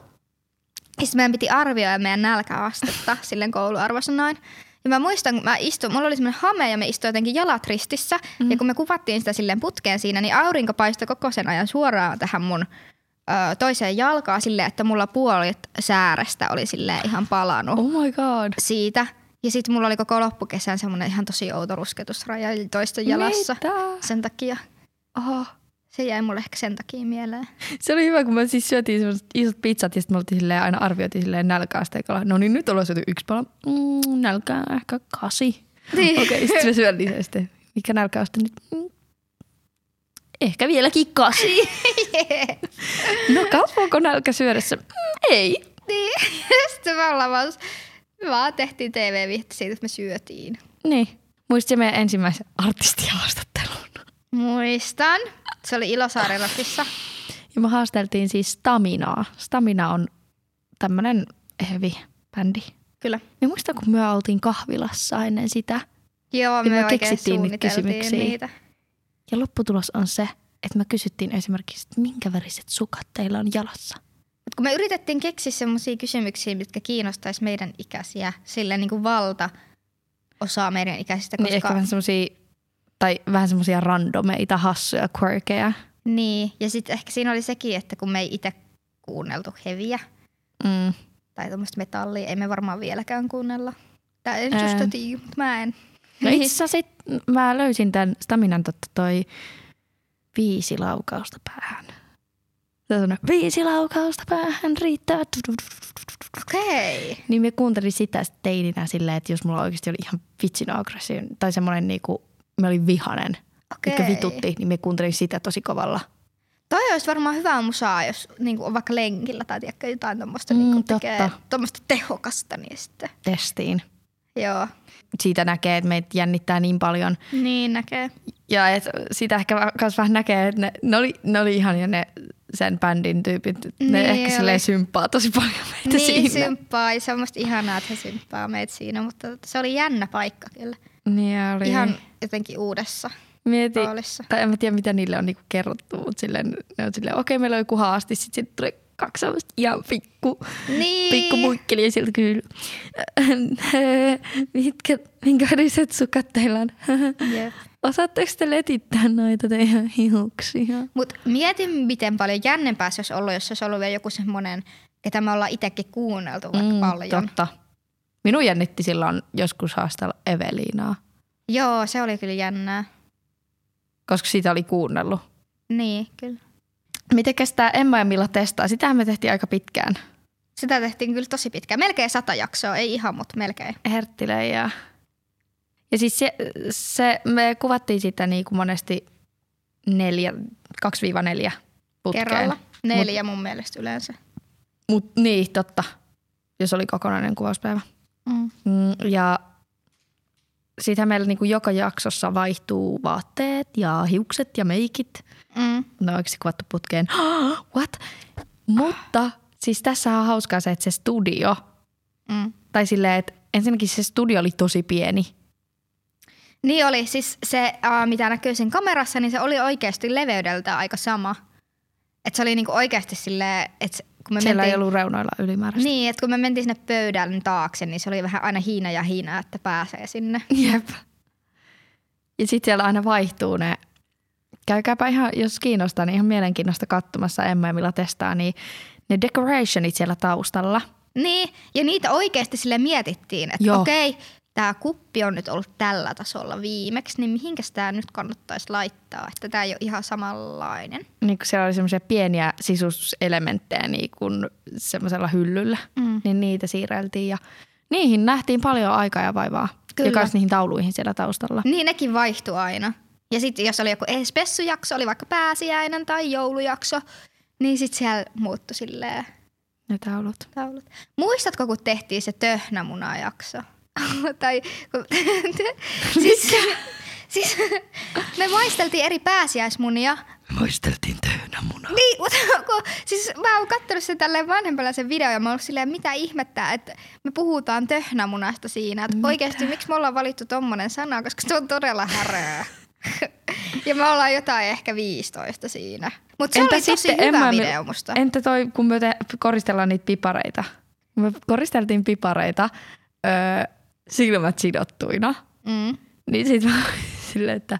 [SPEAKER 3] Ja sitten meidän piti arvioida meidän nälkäastetta silleen kouluarvosanoin. Ja mä muistan, kun mä istuin, mulla oli semmoinen hame ja me istuin jotenkin jalat ristissä. Mm. Ja kun me kuvattiin sitä silleen putkeen siinä, niin aurinko paistoi koko sen ajan suoraan tähän mun ö, toiseen jalkaan silleen, että mulla puolet säärestä oli silleen ihan palanut
[SPEAKER 2] Oh my god.
[SPEAKER 3] siitä. Ja sitten mulla oli koko loppukesän semmoinen ihan tosi outo rusketusraja eli
[SPEAKER 2] Niin.
[SPEAKER 3] toisten jalassa.
[SPEAKER 2] Mitä?
[SPEAKER 3] Sen takia.
[SPEAKER 2] Oho.
[SPEAKER 3] Se jäi mulle ehkä sen takia mieleen.
[SPEAKER 2] Se oli hyvä, kun me siis syötiin semmoiset isot pizzat ja sitten me oltiin silleen, aina arvioitiin silleen nälkäasteikolla. No niin, nyt ollaan syöty yksi pala. Mm, nälkää ehkä kasi. Niin. Okei, okay, sitten me syötiin sen sitten. Mikä nälkäaste nyt? Mm. Ehkä vieläkin kasi. no kasvaako nälkä syödessä? Mm, ei.
[SPEAKER 3] Niin. sitten me ollaan vaan, me vaan tehtiin TV-vihti siitä, että me syötiin.
[SPEAKER 2] Niin. Muistin meidän ensimmäisen artistihaastattelun.
[SPEAKER 3] Muistan. Se oli Ilosaaren rapissa.
[SPEAKER 2] Ja me haasteltiin siis Staminaa. Stamina on tämmönen hevi bändi.
[SPEAKER 3] Kyllä.
[SPEAKER 2] Ja muistan, kun me oltiin kahvilassa ennen sitä.
[SPEAKER 3] Joo,
[SPEAKER 2] Ja
[SPEAKER 3] me,
[SPEAKER 2] me
[SPEAKER 3] me oikein
[SPEAKER 2] keksittiin niitä
[SPEAKER 3] suunniteltiin
[SPEAKER 2] kysymyksiä.
[SPEAKER 3] niitä.
[SPEAKER 2] Ja lopputulos on se, että me kysyttiin esimerkiksi, että minkä väriset sukat teillä on jalassa.
[SPEAKER 3] Mut kun me yritettiin keksiä semmoisia kysymyksiä, mitkä kiinnostaisi meidän ikäisiä, sillä niin kuin valta osaa meidän ikäisistä,
[SPEAKER 2] Niin
[SPEAKER 3] koska
[SPEAKER 2] ehkä vähän semmosia, tai vähän semmosia randomeita, hassuja, quirkeja.
[SPEAKER 3] Niin, ja sitten ehkä siinä oli sekin, että kun me ei itse kuunneltu heviä
[SPEAKER 2] Mm.
[SPEAKER 3] tai tuommoista metallia, ei me varmaan vieläkään kuunnella. Tää ei
[SPEAKER 2] Ää.
[SPEAKER 3] just totii, mutta mä en.
[SPEAKER 2] No itse asiassa sit mä löysin tämän Staminan totta toi viisi laukausta päähän. Se sanoi, viisi laukausta päähän riittää.
[SPEAKER 3] Okei. Okay.
[SPEAKER 2] Niin me kuuntelin sitä sit teininä silleen, että jos mulla oikeasti oli ihan vitsin aggressioon tai semmoinen niinku, mä olin vihanen, okay. mikä
[SPEAKER 3] Okei.
[SPEAKER 2] vitutti, niin me kuuntelin sitä tosi kovalla.
[SPEAKER 3] Toi olisi varmaan hyvää musaa, jos niin kuin on vaikka lenkillä tai tiedätkö, jotain tuommoista
[SPEAKER 2] Mm,
[SPEAKER 3] mm, niin
[SPEAKER 2] totta.
[SPEAKER 3] tekee tuommoista tehokasta, niin sitten.
[SPEAKER 2] testiin.
[SPEAKER 3] Joo.
[SPEAKER 2] Siitä näkee, että meitä jännittää niin paljon.
[SPEAKER 3] Niin näkee.
[SPEAKER 2] Ja et sitä ehkä myös vähän näkee, että ne, ne, oli, ne oli ihania ne sen bändin tyypit, ne
[SPEAKER 3] Niin
[SPEAKER 2] ehkä silleen
[SPEAKER 3] oli.
[SPEAKER 2] symppaa tosi paljon meitä
[SPEAKER 3] niin,
[SPEAKER 2] siinä.
[SPEAKER 3] symppaa ja se on musta ihanaa, että he symppaa meitä siinä, mutta se oli jännä paikka kyllä.
[SPEAKER 2] niin oli.
[SPEAKER 3] Ihan jotenkin uudessa
[SPEAKER 2] Mieti,
[SPEAKER 3] roolissa.
[SPEAKER 2] tai en mä tiedä mitä niille on niinku kerrottu, mutta silleen, ne on silleen, okei meillä on joku haasti, sit sit tuli kaksi semmoista ihan pikku,
[SPEAKER 3] Niin.
[SPEAKER 2] pikku muikkeli ja siltä kyllä. Mitkä, minkälaiset sukat teillä on?
[SPEAKER 3] Jep.
[SPEAKER 2] Osaatteko te letittää noita teidän hiuksia?
[SPEAKER 3] Mut mietin, miten paljon jännempää se olisi ollut, jos se olisi ollut vielä joku semmoinen, ketä me ollaan itsekin kuunneltu vaikka mm, paljon.
[SPEAKER 2] Totta. Minun jännitti silloin joskus haastella Eveliinaa,
[SPEAKER 3] Joo, se oli kyllä jännää.
[SPEAKER 2] koska siitä oli kuunnellut.
[SPEAKER 3] Niin, kyllä.
[SPEAKER 2] Mitenkäs tämä Emma ja Milla testaa? Sitähän me tehtiin aika pitkään.
[SPEAKER 3] Sitä tehtiin kyllä tosi pitkään. Melkein sata jaksoa, ei ihan, mutta melkein.
[SPEAKER 2] Herttilä ja... Ja siis se, se me kuvattiin sitä niin kuin monesti neljä, 2-4 putkeen.
[SPEAKER 3] Kerralla. Neljä mun mielestä yleensä.
[SPEAKER 2] Mut niin, totta. Jos oli kokonainen kuvauspäivä.
[SPEAKER 3] Mm.
[SPEAKER 2] Mm, ja siitähän meillä niin kuin joka jaksossa vaihtuu vaatteet ja hiukset ja meikit.
[SPEAKER 3] Mm.
[SPEAKER 2] No oikeasti kuvattu putkeen. What? Mutta siis tässä on hauskaa se, että se studio,
[SPEAKER 3] Mm.
[SPEAKER 2] tai silleen, että ensinnäkin se studio oli tosi pieni.
[SPEAKER 3] Niin oli, siis se äh, mitä näkyy sen kamerassa, niin se oli oikeasti leveydeltä aika sama. Et se oli niinku oikeasti silleen, että kun me
[SPEAKER 2] Siellä ei
[SPEAKER 3] mentiin...
[SPEAKER 2] ollut reunoilla ylimääräistä.
[SPEAKER 3] Niin, että kun me mentiin sinne pöydän taakse, niin se oli vähän aina hiina ja hiina, että pääsee sinne.
[SPEAKER 2] Jep. Ja sitten siellä aina vaihtuu ne. Käykääpä ihan, jos kiinnostaa, niin ihan mielenkiinnosta katsomassa Emma ja Milla testaa, niin ne decorationit siellä taustalla.
[SPEAKER 3] Niin, ja niitä oikeasti sille mietittiin, että
[SPEAKER 2] Joo.
[SPEAKER 3] okei, tämä kuppi on nyt ollut tällä tasolla viimeksi, niin mihinkäs tämä nyt kannattaisi laittaa, että tämä ei ole ihan samanlainen.
[SPEAKER 2] Niin kun siellä oli semmoisia pieniä sisuselementtejä niin kun semmoisella hyllyllä,
[SPEAKER 3] Mm.
[SPEAKER 2] niin niitä siirreltiin ja niihin nähtiin paljon aikaa ja vaivaa.
[SPEAKER 3] Kyllä.
[SPEAKER 2] Kyllä. Ja kans niihin tauluihin siellä taustalla.
[SPEAKER 3] Niin nekin vaihtui aina. Ja sitten jos oli joku spessujakso, oli vaikka pääsiäinen tai joulujakso, niin sitten siellä muuttui silleen
[SPEAKER 2] Ne taulut.
[SPEAKER 3] taulut. Muistatko, kun tehtiin se töhnämunajakso? tai kun, siis, siis, me maisteltiin eri pääsiäismunia
[SPEAKER 2] Maisteltiin töynämunaa.
[SPEAKER 3] Niin, mutta kun, siis mä oon kattonut sen tälleen vanhempana sen video ja mä oon ollut silleen, mitä ihmettä, että me puhutaan töhnämunasta siinä. Että oikeasti miksi me ollaan valittu tommonen sana, koska se on todella häröä. ja me ollaan jotain ehkä 15 siinä. Mutta se Entä oli tosi hyvä
[SPEAKER 2] Emma ja Mil-
[SPEAKER 3] video musta.
[SPEAKER 2] Entä toi, kun me te- koristellaan niitä pipareita? Me koristeltiin pipareita öö, silmät sidottuina.
[SPEAKER 3] Mm.
[SPEAKER 2] Niin sit mä silleen, että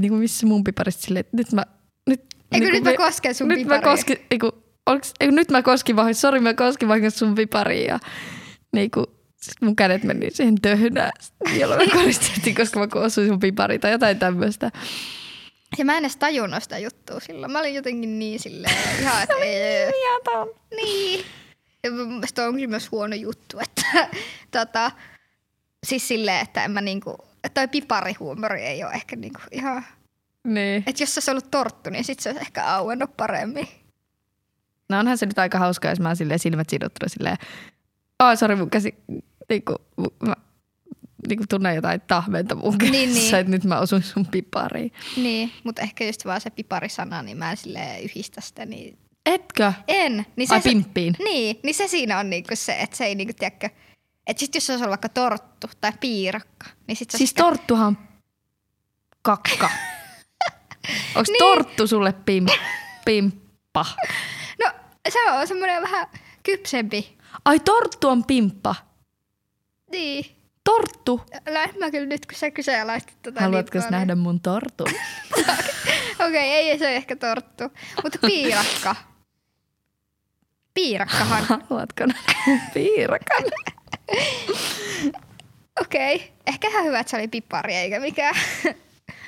[SPEAKER 2] niin kuin missä mun piparista silleen, että nyt mä... Nyt,
[SPEAKER 3] Eikö
[SPEAKER 2] niinku
[SPEAKER 3] nyt mä kosken sun
[SPEAKER 2] nyt
[SPEAKER 3] piparia?
[SPEAKER 2] Mä koskin, eiku, onks, eiku, nyt mä koskin vahingossa, sori mä koskin vahingossa sun piparia. Ja niinku, sit mun kädet meni siihen töhnään, jolla mä koristeltiin, koska mä osuin sun pipari tai jotain tämmöistä.
[SPEAKER 3] Ja mä en edes tajunnut sitä juttua silloin. Mä olin jotenkin niin silleen, ihan että ei.
[SPEAKER 2] Jätä
[SPEAKER 3] Niin. Ja mun mielestä toi on kyllä myös huono juttu, että tota, siis silleen, että en mä niinku, että toi piparihuumori ei ole ehkä niinku ihan,
[SPEAKER 2] Niin.
[SPEAKER 3] että jos se olisi ollut torttu, niin sit se olisi ehkä auennut paremmin.
[SPEAKER 2] No onhan se nyt aika hauskaa, jos mä oon silleen silmät sidottuna silleen, oh, sori mun käsi, niinku, mu- mä, niinku tunnen jotain tahmenta mun kädessä,
[SPEAKER 3] Niin,
[SPEAKER 2] niin,
[SPEAKER 3] niin.
[SPEAKER 2] niin. että nyt mä osun sun pipariin.
[SPEAKER 3] Niin, mutta ehkä just vaan se piparisana, niin mä en silleen yhdistä sitä, niin
[SPEAKER 2] Etkö? Siis
[SPEAKER 3] en. Niin se,
[SPEAKER 2] Ai pimppiin.
[SPEAKER 3] Niin, niin se siinä on niinku se, että se ei niinku, tiedäkö, että sit jos se olisi ollut vaikka torttu tai piirakka, niin sit se
[SPEAKER 2] Siis
[SPEAKER 3] olisi
[SPEAKER 2] torttuhan on kakka. Onks niin. torttu sulle pim, pimppa?
[SPEAKER 3] No se on semmoinen vähän kypsempi.
[SPEAKER 2] Ai torttu on pimppa.
[SPEAKER 3] Niin.
[SPEAKER 2] Torttu.
[SPEAKER 3] Lähden mä kyllä nyt, kun sä kyseenalaistit tota
[SPEAKER 2] Haluatko
[SPEAKER 3] niin paljon.
[SPEAKER 2] nähdä mun tortun?
[SPEAKER 3] Okei, ei se ole ehkä torttu. Mutta piirakka. Piirakkahan.
[SPEAKER 2] Haluatko nähdä mun piirakan?
[SPEAKER 3] Okei. Ehkä ihan hyvä, että se oli pipari eikä mikään.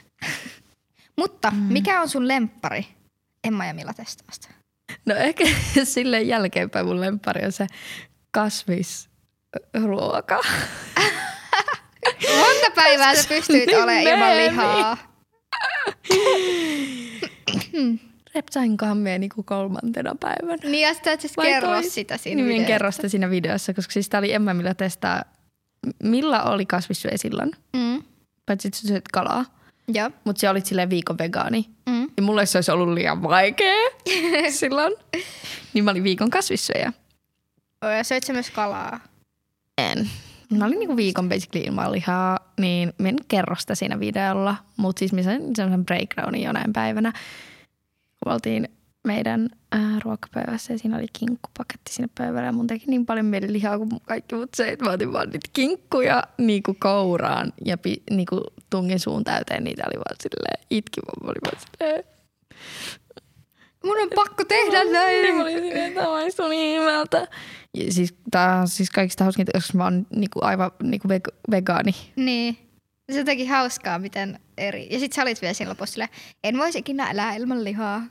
[SPEAKER 3] Mutta mm. mikä on sun lemppari? Emma ja Milla testaasta.
[SPEAKER 2] No ehkä silleen jälkeenpäin mun lemppari on se kasvisruoka.
[SPEAKER 3] Monta päivää sä pystyit
[SPEAKER 2] Niin
[SPEAKER 3] olemaan ilman
[SPEAKER 2] meemi.
[SPEAKER 3] lihaa.
[SPEAKER 2] Repsainkohan me niinku kolmantena päivänä.
[SPEAKER 3] Niin ja sä et siis
[SPEAKER 2] Vai
[SPEAKER 3] kerro
[SPEAKER 2] toi-
[SPEAKER 3] sitä siinä
[SPEAKER 2] Niin minä en
[SPEAKER 3] videossa.
[SPEAKER 2] kerro sitä siinä videossa, koska siis tää oli Emma, millä testaa. Milla oli kasvissyöjä silloin,
[SPEAKER 3] Mm.
[SPEAKER 2] paitsi että sä syöt kalaa.
[SPEAKER 3] Joo.
[SPEAKER 2] Mutta sä olit silleen viikon vegaani.
[SPEAKER 3] Mm.
[SPEAKER 2] Ja mulle se olisi ollut liian vaikea silloin. Niin mä olin viikon kasvissyöjä.
[SPEAKER 3] Oi, Ja söit sä myös kalaa.
[SPEAKER 2] En. Mä olin niinku viikon basically ilman lihaa, niin mä en kerro sitä siinä videolla. Mutta siis mä sain semmoisen breakdownin jonain päivänä, kun oltiin meidän äh, ruokapöydässä ja siinä oli kinkkupaketti siinä pöydällä. Ja Mun teki niin paljon mieli lihaa kuin kaikki mut söit. Mä otin vaan niitä kinkkuja niinku kouraan ja pi, niinku tungin suun täyteen. Niitä oli vaan silleen, itkin vaan, mä olin vaan silleen.
[SPEAKER 3] Mun on pakko tehdä
[SPEAKER 2] Niin
[SPEAKER 3] näin.
[SPEAKER 2] mä olin silleen, tämä maistuu niin hyvältä. Ja Siis, tää on siis kaikista hauskinta, koska mä oon niinku aivan niinku veg- vegaani.
[SPEAKER 3] Niin. Se on jotenkin hauskaa, miten eri. Ja sit sä olit vielä siinä lopussa silleen, en voisi ikinä elää ilman lihaa.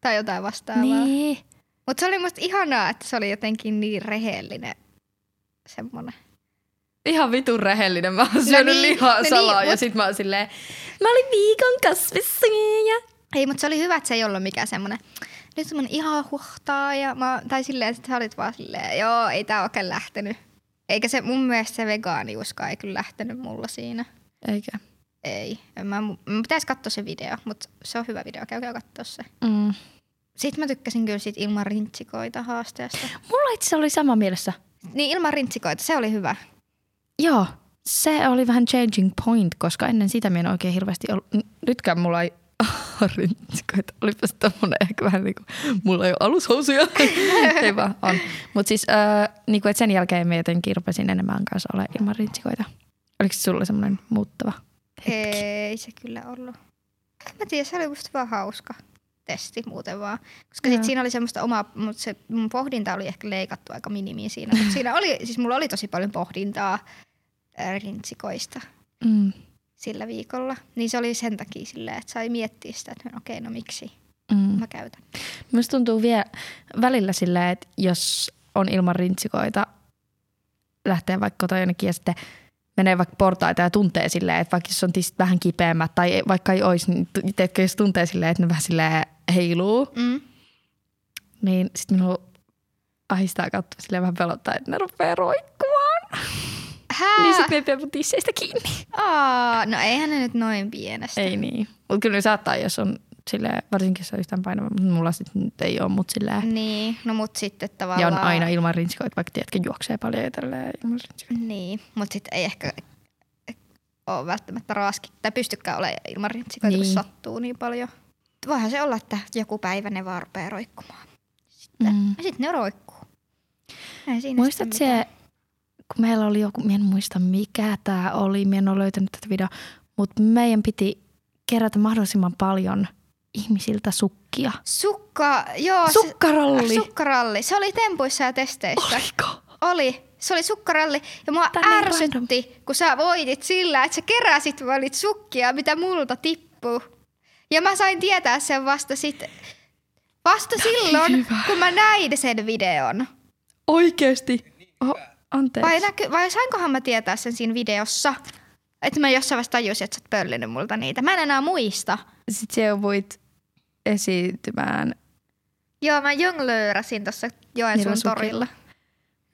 [SPEAKER 3] Tai jotain vastaavaa. Niin. Mutta se oli musta ihanaa, että se oli jotenkin niin rehellinen semmonen.
[SPEAKER 2] Ihan vitun rehellinen. Mä oon syönyt
[SPEAKER 3] niin,
[SPEAKER 2] lihaa
[SPEAKER 3] no niin,
[SPEAKER 2] salaa ja
[SPEAKER 3] mut-
[SPEAKER 2] sit mä oon silleen, mä olin viikon kasvissyöjä.
[SPEAKER 3] Ei, mutta se oli hyvä, että se ei ollut mikään semmonen, nyt mun ihan huhtaa. Ja mä, tai silleen, että sä olit vaan silleen, joo, ei tää oikein lähtenyt. Eikä se mun mielestä se vegaaniuska ei kyllä lähtenyt mulla siinä.
[SPEAKER 2] Eikä.
[SPEAKER 3] Ei. En Mä, mun pitäisi katsoa se video, mutta se on hyvä video. Käykää katsoa se.
[SPEAKER 2] Mm.
[SPEAKER 3] Sitten mä tykkäsin kyllä siitä ilman rintsikoita haasteesta.
[SPEAKER 2] Mulla itse asiassa oli sama mielessä.
[SPEAKER 3] Niin ilman rintsikoita, se oli hyvä.
[SPEAKER 2] Joo, se oli vähän changing point, koska ennen sitä mä en oikein hirveästi ollut. n- Nytkään mulla ei rintsikoita. Olipas tommonen ehkä vähän niinku, mulla ei ole alushousuja. ei vaan, on. Mut siis äh, niinku, et sen jälkeen mä jotenkin rupesin enemmän kanssa olemaan ilman rintsikoita. Oliko se sulla semmoinen muuttava hetki?
[SPEAKER 3] Ei se kyllä ollut. En Mä tiedän, se oli musta vaan hauska testi muuten vaan. Koska
[SPEAKER 2] Joo.
[SPEAKER 3] sit siinä oli semmoista omaa, mutta se mun pohdinta oli ehkä leikattu aika minimiin siinä. Mut siinä oli, siis mulla oli tosi paljon pohdintaa ää, rintsikoista
[SPEAKER 2] Mm.
[SPEAKER 3] sillä viikolla. Niin se oli sen takia silleen, että sai miettiä sitä, että no okei, no miksi
[SPEAKER 2] Mm.
[SPEAKER 3] mä käytän.
[SPEAKER 2] Musta tuntuu vielä välillä silleen, että jos on ilman rintsikoita, lähtee vaikka kotoa jonnekin ja sitten menee vaikka portaita ja tuntee silleen, että vaikka jos on tissit vähän kipeämmät tai ei- vaikka ei olisi, niin tu- teetkö, jos tuntee silleen, että ne vähän silleen heiluu,
[SPEAKER 3] Mm.
[SPEAKER 2] niin sitten minua ahistaa kautta silleen vähän pelottaa, että ne rupeaa roikkumaan.
[SPEAKER 3] Hää?
[SPEAKER 2] Niin sitten me ei pidä mun tisseistä kiinni.
[SPEAKER 3] Aa, no eihän ne nyt noin pienestä.
[SPEAKER 2] Ei niin. Mutta kyllä ne saattaa, jos on silleen, varsinkin jos on yhtään painava, mutta mulla sitten nyt ei ole, mutta silleen
[SPEAKER 3] Niin, no mut sitten tavallaan...
[SPEAKER 2] Ja on aina ilman rintsikoita, vaikka tiedätkö, juoksee paljon ja tälleen ilman rintsikoita.
[SPEAKER 3] Niin, mut sitten ei ehkä ole välttämättä raaski, tai pystykään olemaan ilman rintsikoita, niin.
[SPEAKER 2] Niin.
[SPEAKER 3] kun sattuu niin paljon. Voihan se olla, että joku päivä ne vaan rupeaa roikkumaan.
[SPEAKER 2] Mm.
[SPEAKER 3] Ja sitten ne roikkuu. Ei siinä
[SPEAKER 2] Muistat
[SPEAKER 3] sitten mitään.
[SPEAKER 2] se, kun meillä oli joku, mä en muista mikä tämä oli, mä en ole löytänyt tätä videoa, mutta meidän piti kerätä mahdollisimman paljon ihmisiltä sukkia.
[SPEAKER 3] Sukka, joo.
[SPEAKER 2] Sukkaralli!
[SPEAKER 3] Se, sukkaralli. Se oli tempuissa ja testeissä.
[SPEAKER 2] Oliko?
[SPEAKER 3] Oli. Se oli sukkaralli ja mua
[SPEAKER 2] Tää on niin
[SPEAKER 3] ärsytti, kun sä voitit sillä, että sä keräsit valit sukkia, mitä multa tippuu. Ja mä sain tietää sen vasta sit, vasta silloin,
[SPEAKER 2] hyvä.
[SPEAKER 3] kun mä näin sen videon.
[SPEAKER 2] Oikeesti? Oh, anteeksi.
[SPEAKER 3] Vai, näky, vai sainkohan mä tietää sen siinä videossa? Että mä jossain vaiheessa tajusin, että sä oot pöllinyt multa niitä. Mä en enää muista.
[SPEAKER 2] Sitten sä voit esiintymään.
[SPEAKER 3] Joo, mä jonglööräsin tuossa Joensuun
[SPEAKER 2] Niillä
[SPEAKER 3] torilla.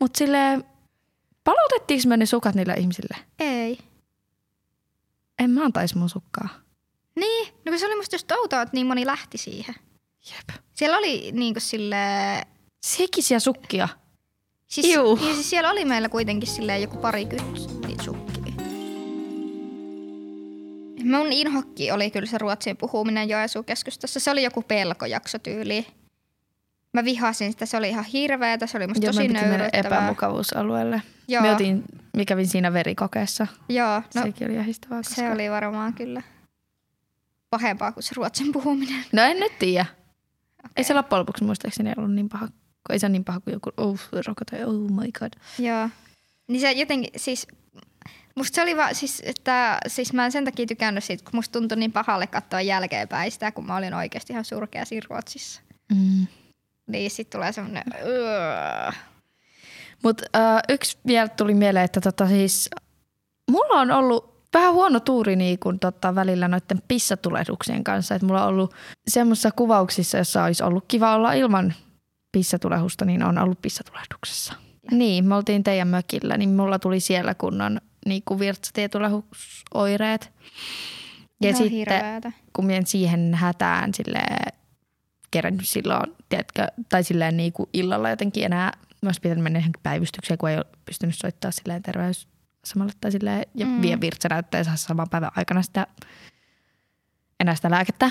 [SPEAKER 2] Mutta silleen, palautettiinko me ne sukat niille ihmisille?
[SPEAKER 3] Ei.
[SPEAKER 2] En mä antaisi mun sukkaa.
[SPEAKER 3] Niin, no kun se oli musta just outoa, että niin moni lähti siihen.
[SPEAKER 2] Jep.
[SPEAKER 3] Siellä oli niinku silleen
[SPEAKER 2] Sekisiä sukkia.
[SPEAKER 3] Siis,
[SPEAKER 2] Juu.
[SPEAKER 3] niin siis siellä oli meillä kuitenkin silleen joku pari niitä sukkia. Mun inhokki oli kyllä se ruotsin puhuminen Joensuun keskustassa. Se oli joku pelkojakso tyyli. Mä vihasin sitä, se oli ihan hirveetä, se oli musta
[SPEAKER 2] Joo,
[SPEAKER 3] tosi
[SPEAKER 2] meidän piti mennä
[SPEAKER 3] nöyryyttävää.
[SPEAKER 2] epämukavuusalueelle.
[SPEAKER 3] Joo.
[SPEAKER 2] Joo. Me otin, mä kävin siinä verikokeessa.
[SPEAKER 3] Joo, no
[SPEAKER 2] No, Sekin oli ahistavaa. Koska...
[SPEAKER 3] se oli varmaan kyllä pahempaa kuin se ruotsin puhuminen.
[SPEAKER 2] No en nyt tiedä. Okay. Ei se loppujen lopuksi muistaakseni ollut niin paha. kun Ei se ole niin paha kuin joku oh, rokote. Oh my god.
[SPEAKER 3] Joo. Niin se jotenkin, siis musta se oli vaan, siis, että, siis mä en sen takia tykännyt siitä, kun musta tuntui niin pahalle katsoa jälkeenpäin sitä, kun mä olin oikeasti ihan surkea siinä Ruotsissa.
[SPEAKER 2] Mm.
[SPEAKER 3] Niin sit tulee semmonen,
[SPEAKER 2] Mutta äh, yksi vielä tuli mieleen, että tota siis, mulla on ollut vähän huono tuuri niin kuin, tota, välillä noiden pissatulehduksien kanssa. Et mulla on ollut semmoisissa kuvauksissa, jossa olisi ollut kiva olla ilman pissatulehusta, niin on ollut pissatulehduksessa. Niin, me oltiin teidän mökillä, niin mulla tuli siellä kunnon niin kuin virtsatietulehusoireet. Ja
[SPEAKER 3] Ihan
[SPEAKER 2] sitten
[SPEAKER 3] hirveetä.
[SPEAKER 2] kun mien siihen hätään sille kerennyt silloin, tiedätkö, tai silleen niin kuin illalla jotenkin enää, mä olisin pitänyt mennä johonkin päivystykseen, kun ei ole pystynyt soittaa silleen terveys samalle tai silleen, ja
[SPEAKER 3] Mm.
[SPEAKER 2] mm. vie virtsa näyttää saa saman päivän aikana sitä, enää sitä lääkettä.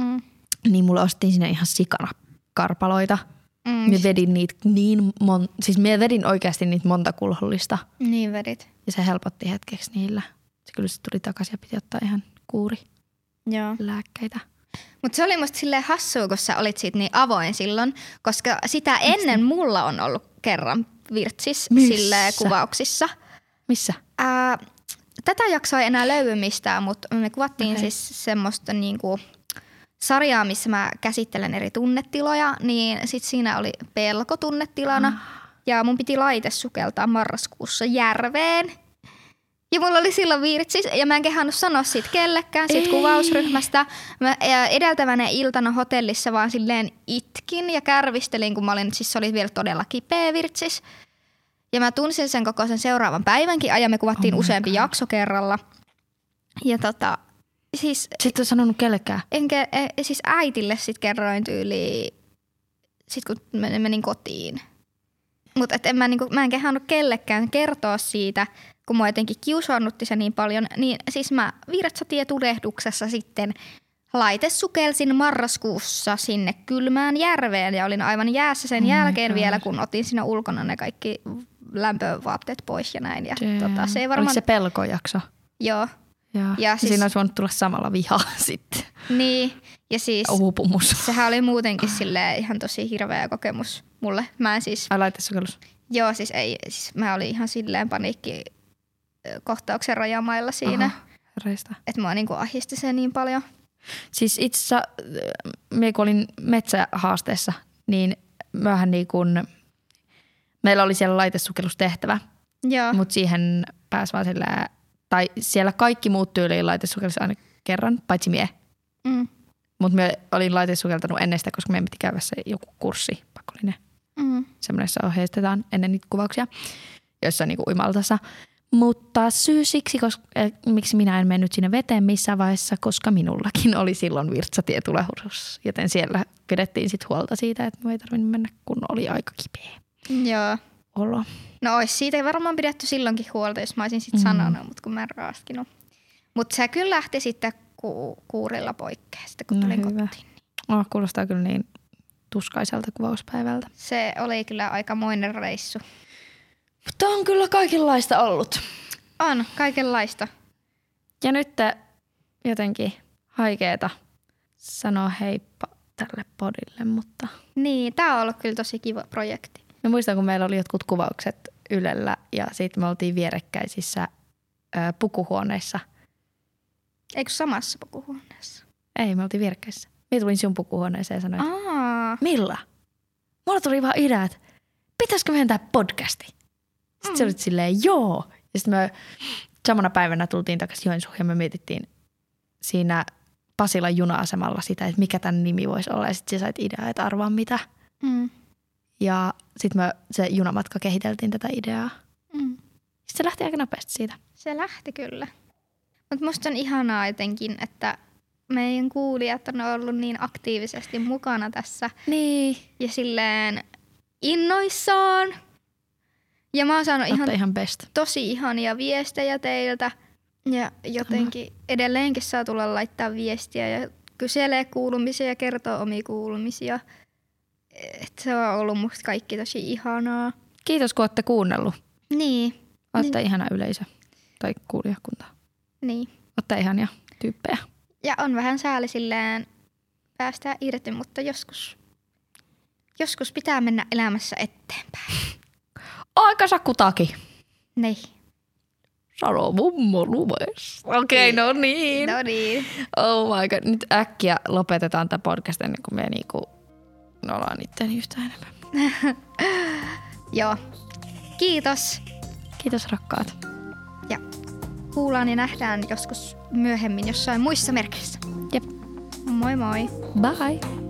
[SPEAKER 3] Mm.
[SPEAKER 2] Niin mulle ostettiin sinne ihan sikana karpaloita.
[SPEAKER 3] Mm.
[SPEAKER 2] Mä vedin niitä niin mon, siis mä vedin oikeasti niitä monta kulhollista
[SPEAKER 3] Niin vedit.
[SPEAKER 2] ja se helpotti hetkeksi niillä. Se kyllä se tuli takaisin ja piti ottaa ihan kuuri
[SPEAKER 3] Joo.
[SPEAKER 2] lääkkeitä.
[SPEAKER 3] Mutta se oli musta silleen hassua, kun sä olit siitä niin avoin silloin, koska sitä ennen mulla on ollut kerran virtsis
[SPEAKER 2] niin? Missä?
[SPEAKER 3] silleen kuvauksissa.
[SPEAKER 2] Missä?
[SPEAKER 3] Ää, tätä jaksoa ei enää löydy mistään, mutta me kuvattiin okay.
[SPEAKER 2] Okei.
[SPEAKER 3] siis semmoista niinku sarjaa, missä mä käsittelen eri tunnetiloja, niin sit siinä oli pelko tunnetilana.
[SPEAKER 2] Ah.
[SPEAKER 3] Ja mun piti laite sukeltaa marraskuussa järveen. Ja mulla oli silloin virtsis, ja mä en kehannut sanoa siitä kellekään, siitä
[SPEAKER 2] Ei.
[SPEAKER 3] kuvausryhmästä. Mä ää, edeltävänä iltana hotellissa vaan silleen itkin ja kärvistelin, kun mä olin, siis se oli vielä todella kipeä virtsis. Ja mä tunsin sen koko sen seuraavan päivänkin ajan. Me kuvattiin
[SPEAKER 2] Oh
[SPEAKER 3] oh
[SPEAKER 2] my
[SPEAKER 3] useampi
[SPEAKER 2] God.
[SPEAKER 3] jakso kerralla. Ja tota, siis,
[SPEAKER 2] Sitten on sanonut kellekään.
[SPEAKER 3] enkä, e, siis äitille sit kerroin tyyliin, sit kun men- menin kotiin. Mutta en mä, niinku, mä en kehannut kellekään kertoa siitä, kun mua jotenkin kiusaannutti se niin paljon. Niin siis mä virtsatietulehduksessa sitten laite sukelsin marraskuussa sinne kylmään järveen ja olin aivan jäässä sen
[SPEAKER 2] Oh my
[SPEAKER 3] jälkeen
[SPEAKER 2] God.
[SPEAKER 3] vielä, kun otin siinä ulkona ne kaikki lämpövaatteet pois ja näin. Ja tota,
[SPEAKER 2] Damn.
[SPEAKER 3] se ei
[SPEAKER 2] Oliko
[SPEAKER 3] varmaan...
[SPEAKER 2] Äh, se pelkojakso?
[SPEAKER 3] Joo,
[SPEAKER 2] Joo.
[SPEAKER 3] Ja
[SPEAKER 2] Ja
[SPEAKER 3] siis-
[SPEAKER 2] siis... Siinä olisi voinut tulla samalla vihaa sitten.
[SPEAKER 3] niin. Ja siis...
[SPEAKER 2] Ja Uupumus.
[SPEAKER 3] Sehän oli muutenkin sille ihan tosi hirveä kokemus mulle. Mä en siis,
[SPEAKER 2] Ai laita sukellus.
[SPEAKER 3] joo siis ei, siis mä olin ihan silleen paniikki ö, kohtauksen rajamailla siinä.
[SPEAKER 2] Aha, herreistä.
[SPEAKER 3] Että mua niinku ahisti se niin paljon.
[SPEAKER 2] Siis itse asiassa, äh, me kun olin metsähaasteessa, niin myöhän niin kun, meillä oli siellä laitesukellustehtävä,
[SPEAKER 3] Joo.
[SPEAKER 2] mutta siihen pääsi vaan sillä, tai siellä kaikki muut tyyliin laitesukellus aina kerran, paitsi mie.
[SPEAKER 3] Mm.
[SPEAKER 2] Mutta me olin laitesukeltanut ennen sitä, koska me piti käydä se joku kurssi, pakollinen.
[SPEAKER 3] Mm.
[SPEAKER 2] semmoinen, jossa ohjeistetaan ennen niitä kuvauksia, jossa on niinku uimaltassa. Mutta syy siksi, koska, äh, miksi minä en mennyt sinne veteen missään vaiheessa, koska minullakin oli silloin virtsatietulehdus. Joten siellä pidettiin sit huolta siitä, että minun ei tarvinnut mennä, kun oli aika kipeä
[SPEAKER 3] Joo.
[SPEAKER 2] olo.
[SPEAKER 3] No ois siitä varmaan pidetty silloinkin huolta, jos mä olisin sit mm.
[SPEAKER 2] Mm.
[SPEAKER 3] sanonut, mutta kun mä en raaskinut. Mutta se kyllä lähti sitten ku- kuurilla poikkeen, sitten kun
[SPEAKER 2] No
[SPEAKER 3] tulin
[SPEAKER 2] hyvä.
[SPEAKER 3] kotiin.
[SPEAKER 2] Oh, kuulostaa kyllä niin tuskaiselta kuvauspäivältä.
[SPEAKER 3] Se oli kyllä aikamoinen reissu.
[SPEAKER 2] Mutta on kyllä kaikenlaista ollut.
[SPEAKER 3] On, kaikenlaista.
[SPEAKER 2] Ja nyt äh, jotenkin haikeeta sanoa heippa tälle podille, mutta
[SPEAKER 3] Niin, tää on ollut kyllä tosi kiva projekti.
[SPEAKER 2] Mä muistan, kun meillä oli jotkut kuvaukset Ylellä ja sitten me oltiin vierekkäisissä ö, pukuhuoneissa.
[SPEAKER 3] Eikö samassa pukuhuoneessa?
[SPEAKER 2] Ei, me oltiin vierekkäisissä. Mä tulin sun pukuhuoneeseen ja sanoin, että
[SPEAKER 3] Aa,
[SPEAKER 2] Milla, mulla tuli vaan idea, että pitäisikö meidän tää podcasti? Sitten mm. se oli silleen, joo. Ja sitten me samana päivänä tultiin takaisin Joensuuhun ja me mietittiin siinä Pasilan juna-asemalla sitä, että mikä tämän nimi voisi olla. Ja sitten sä sait ideaa, että arvaa mitä.
[SPEAKER 3] Mm,
[SPEAKER 2] Ja sitten me se junamatka kehiteltiin tätä ideaa.
[SPEAKER 3] mm.
[SPEAKER 2] Sitten se lähti aika nopeasti siitä.
[SPEAKER 3] Se lähti kyllä. Mutta musta on ihanaa jotenkin, että meidän kuulijat on ollut niin aktiivisesti mukana tässä
[SPEAKER 2] Niin.
[SPEAKER 3] ja silleen innoissaan. Ja mä oon saanut ihan
[SPEAKER 2] Ihan, ihan best.
[SPEAKER 3] tosi ihania viestejä teiltä. Ja jotenkin edelleenkin saa tulla laittaa viestiä ja kyselee kuulumisia ja kertoo omia kuulumisia. Et se on ollut musta kaikki tosi ihanaa.
[SPEAKER 2] Kiitos, kun olette kuunnellut.
[SPEAKER 3] Niin,
[SPEAKER 2] Olette ihana yleisö tai kuulijakunta.
[SPEAKER 3] niin.
[SPEAKER 2] Olette ihania tyyppejä.
[SPEAKER 3] Ja on vähän sääli silleen päästää irti, mutta joskus, joskus pitää mennä elämässä eteenpäin.
[SPEAKER 2] Aikansa kutakin.
[SPEAKER 3] Niin.
[SPEAKER 2] Sano mummo lumes. Okei, okay, no niin.
[SPEAKER 3] No niin.
[SPEAKER 2] Oh my god. Nyt äkkiä lopetetaan tämä podcast ennen kuin me niinku ollaan itseäni yhtään enemmän.
[SPEAKER 3] Joo. Kiitos.
[SPEAKER 2] Kiitos rakkaat.
[SPEAKER 3] Ja kuullaan ja nähdään joskus myöhemmin jossain muissa merkeissä.
[SPEAKER 2] Jep.
[SPEAKER 3] Moi moi.
[SPEAKER 2] Bye.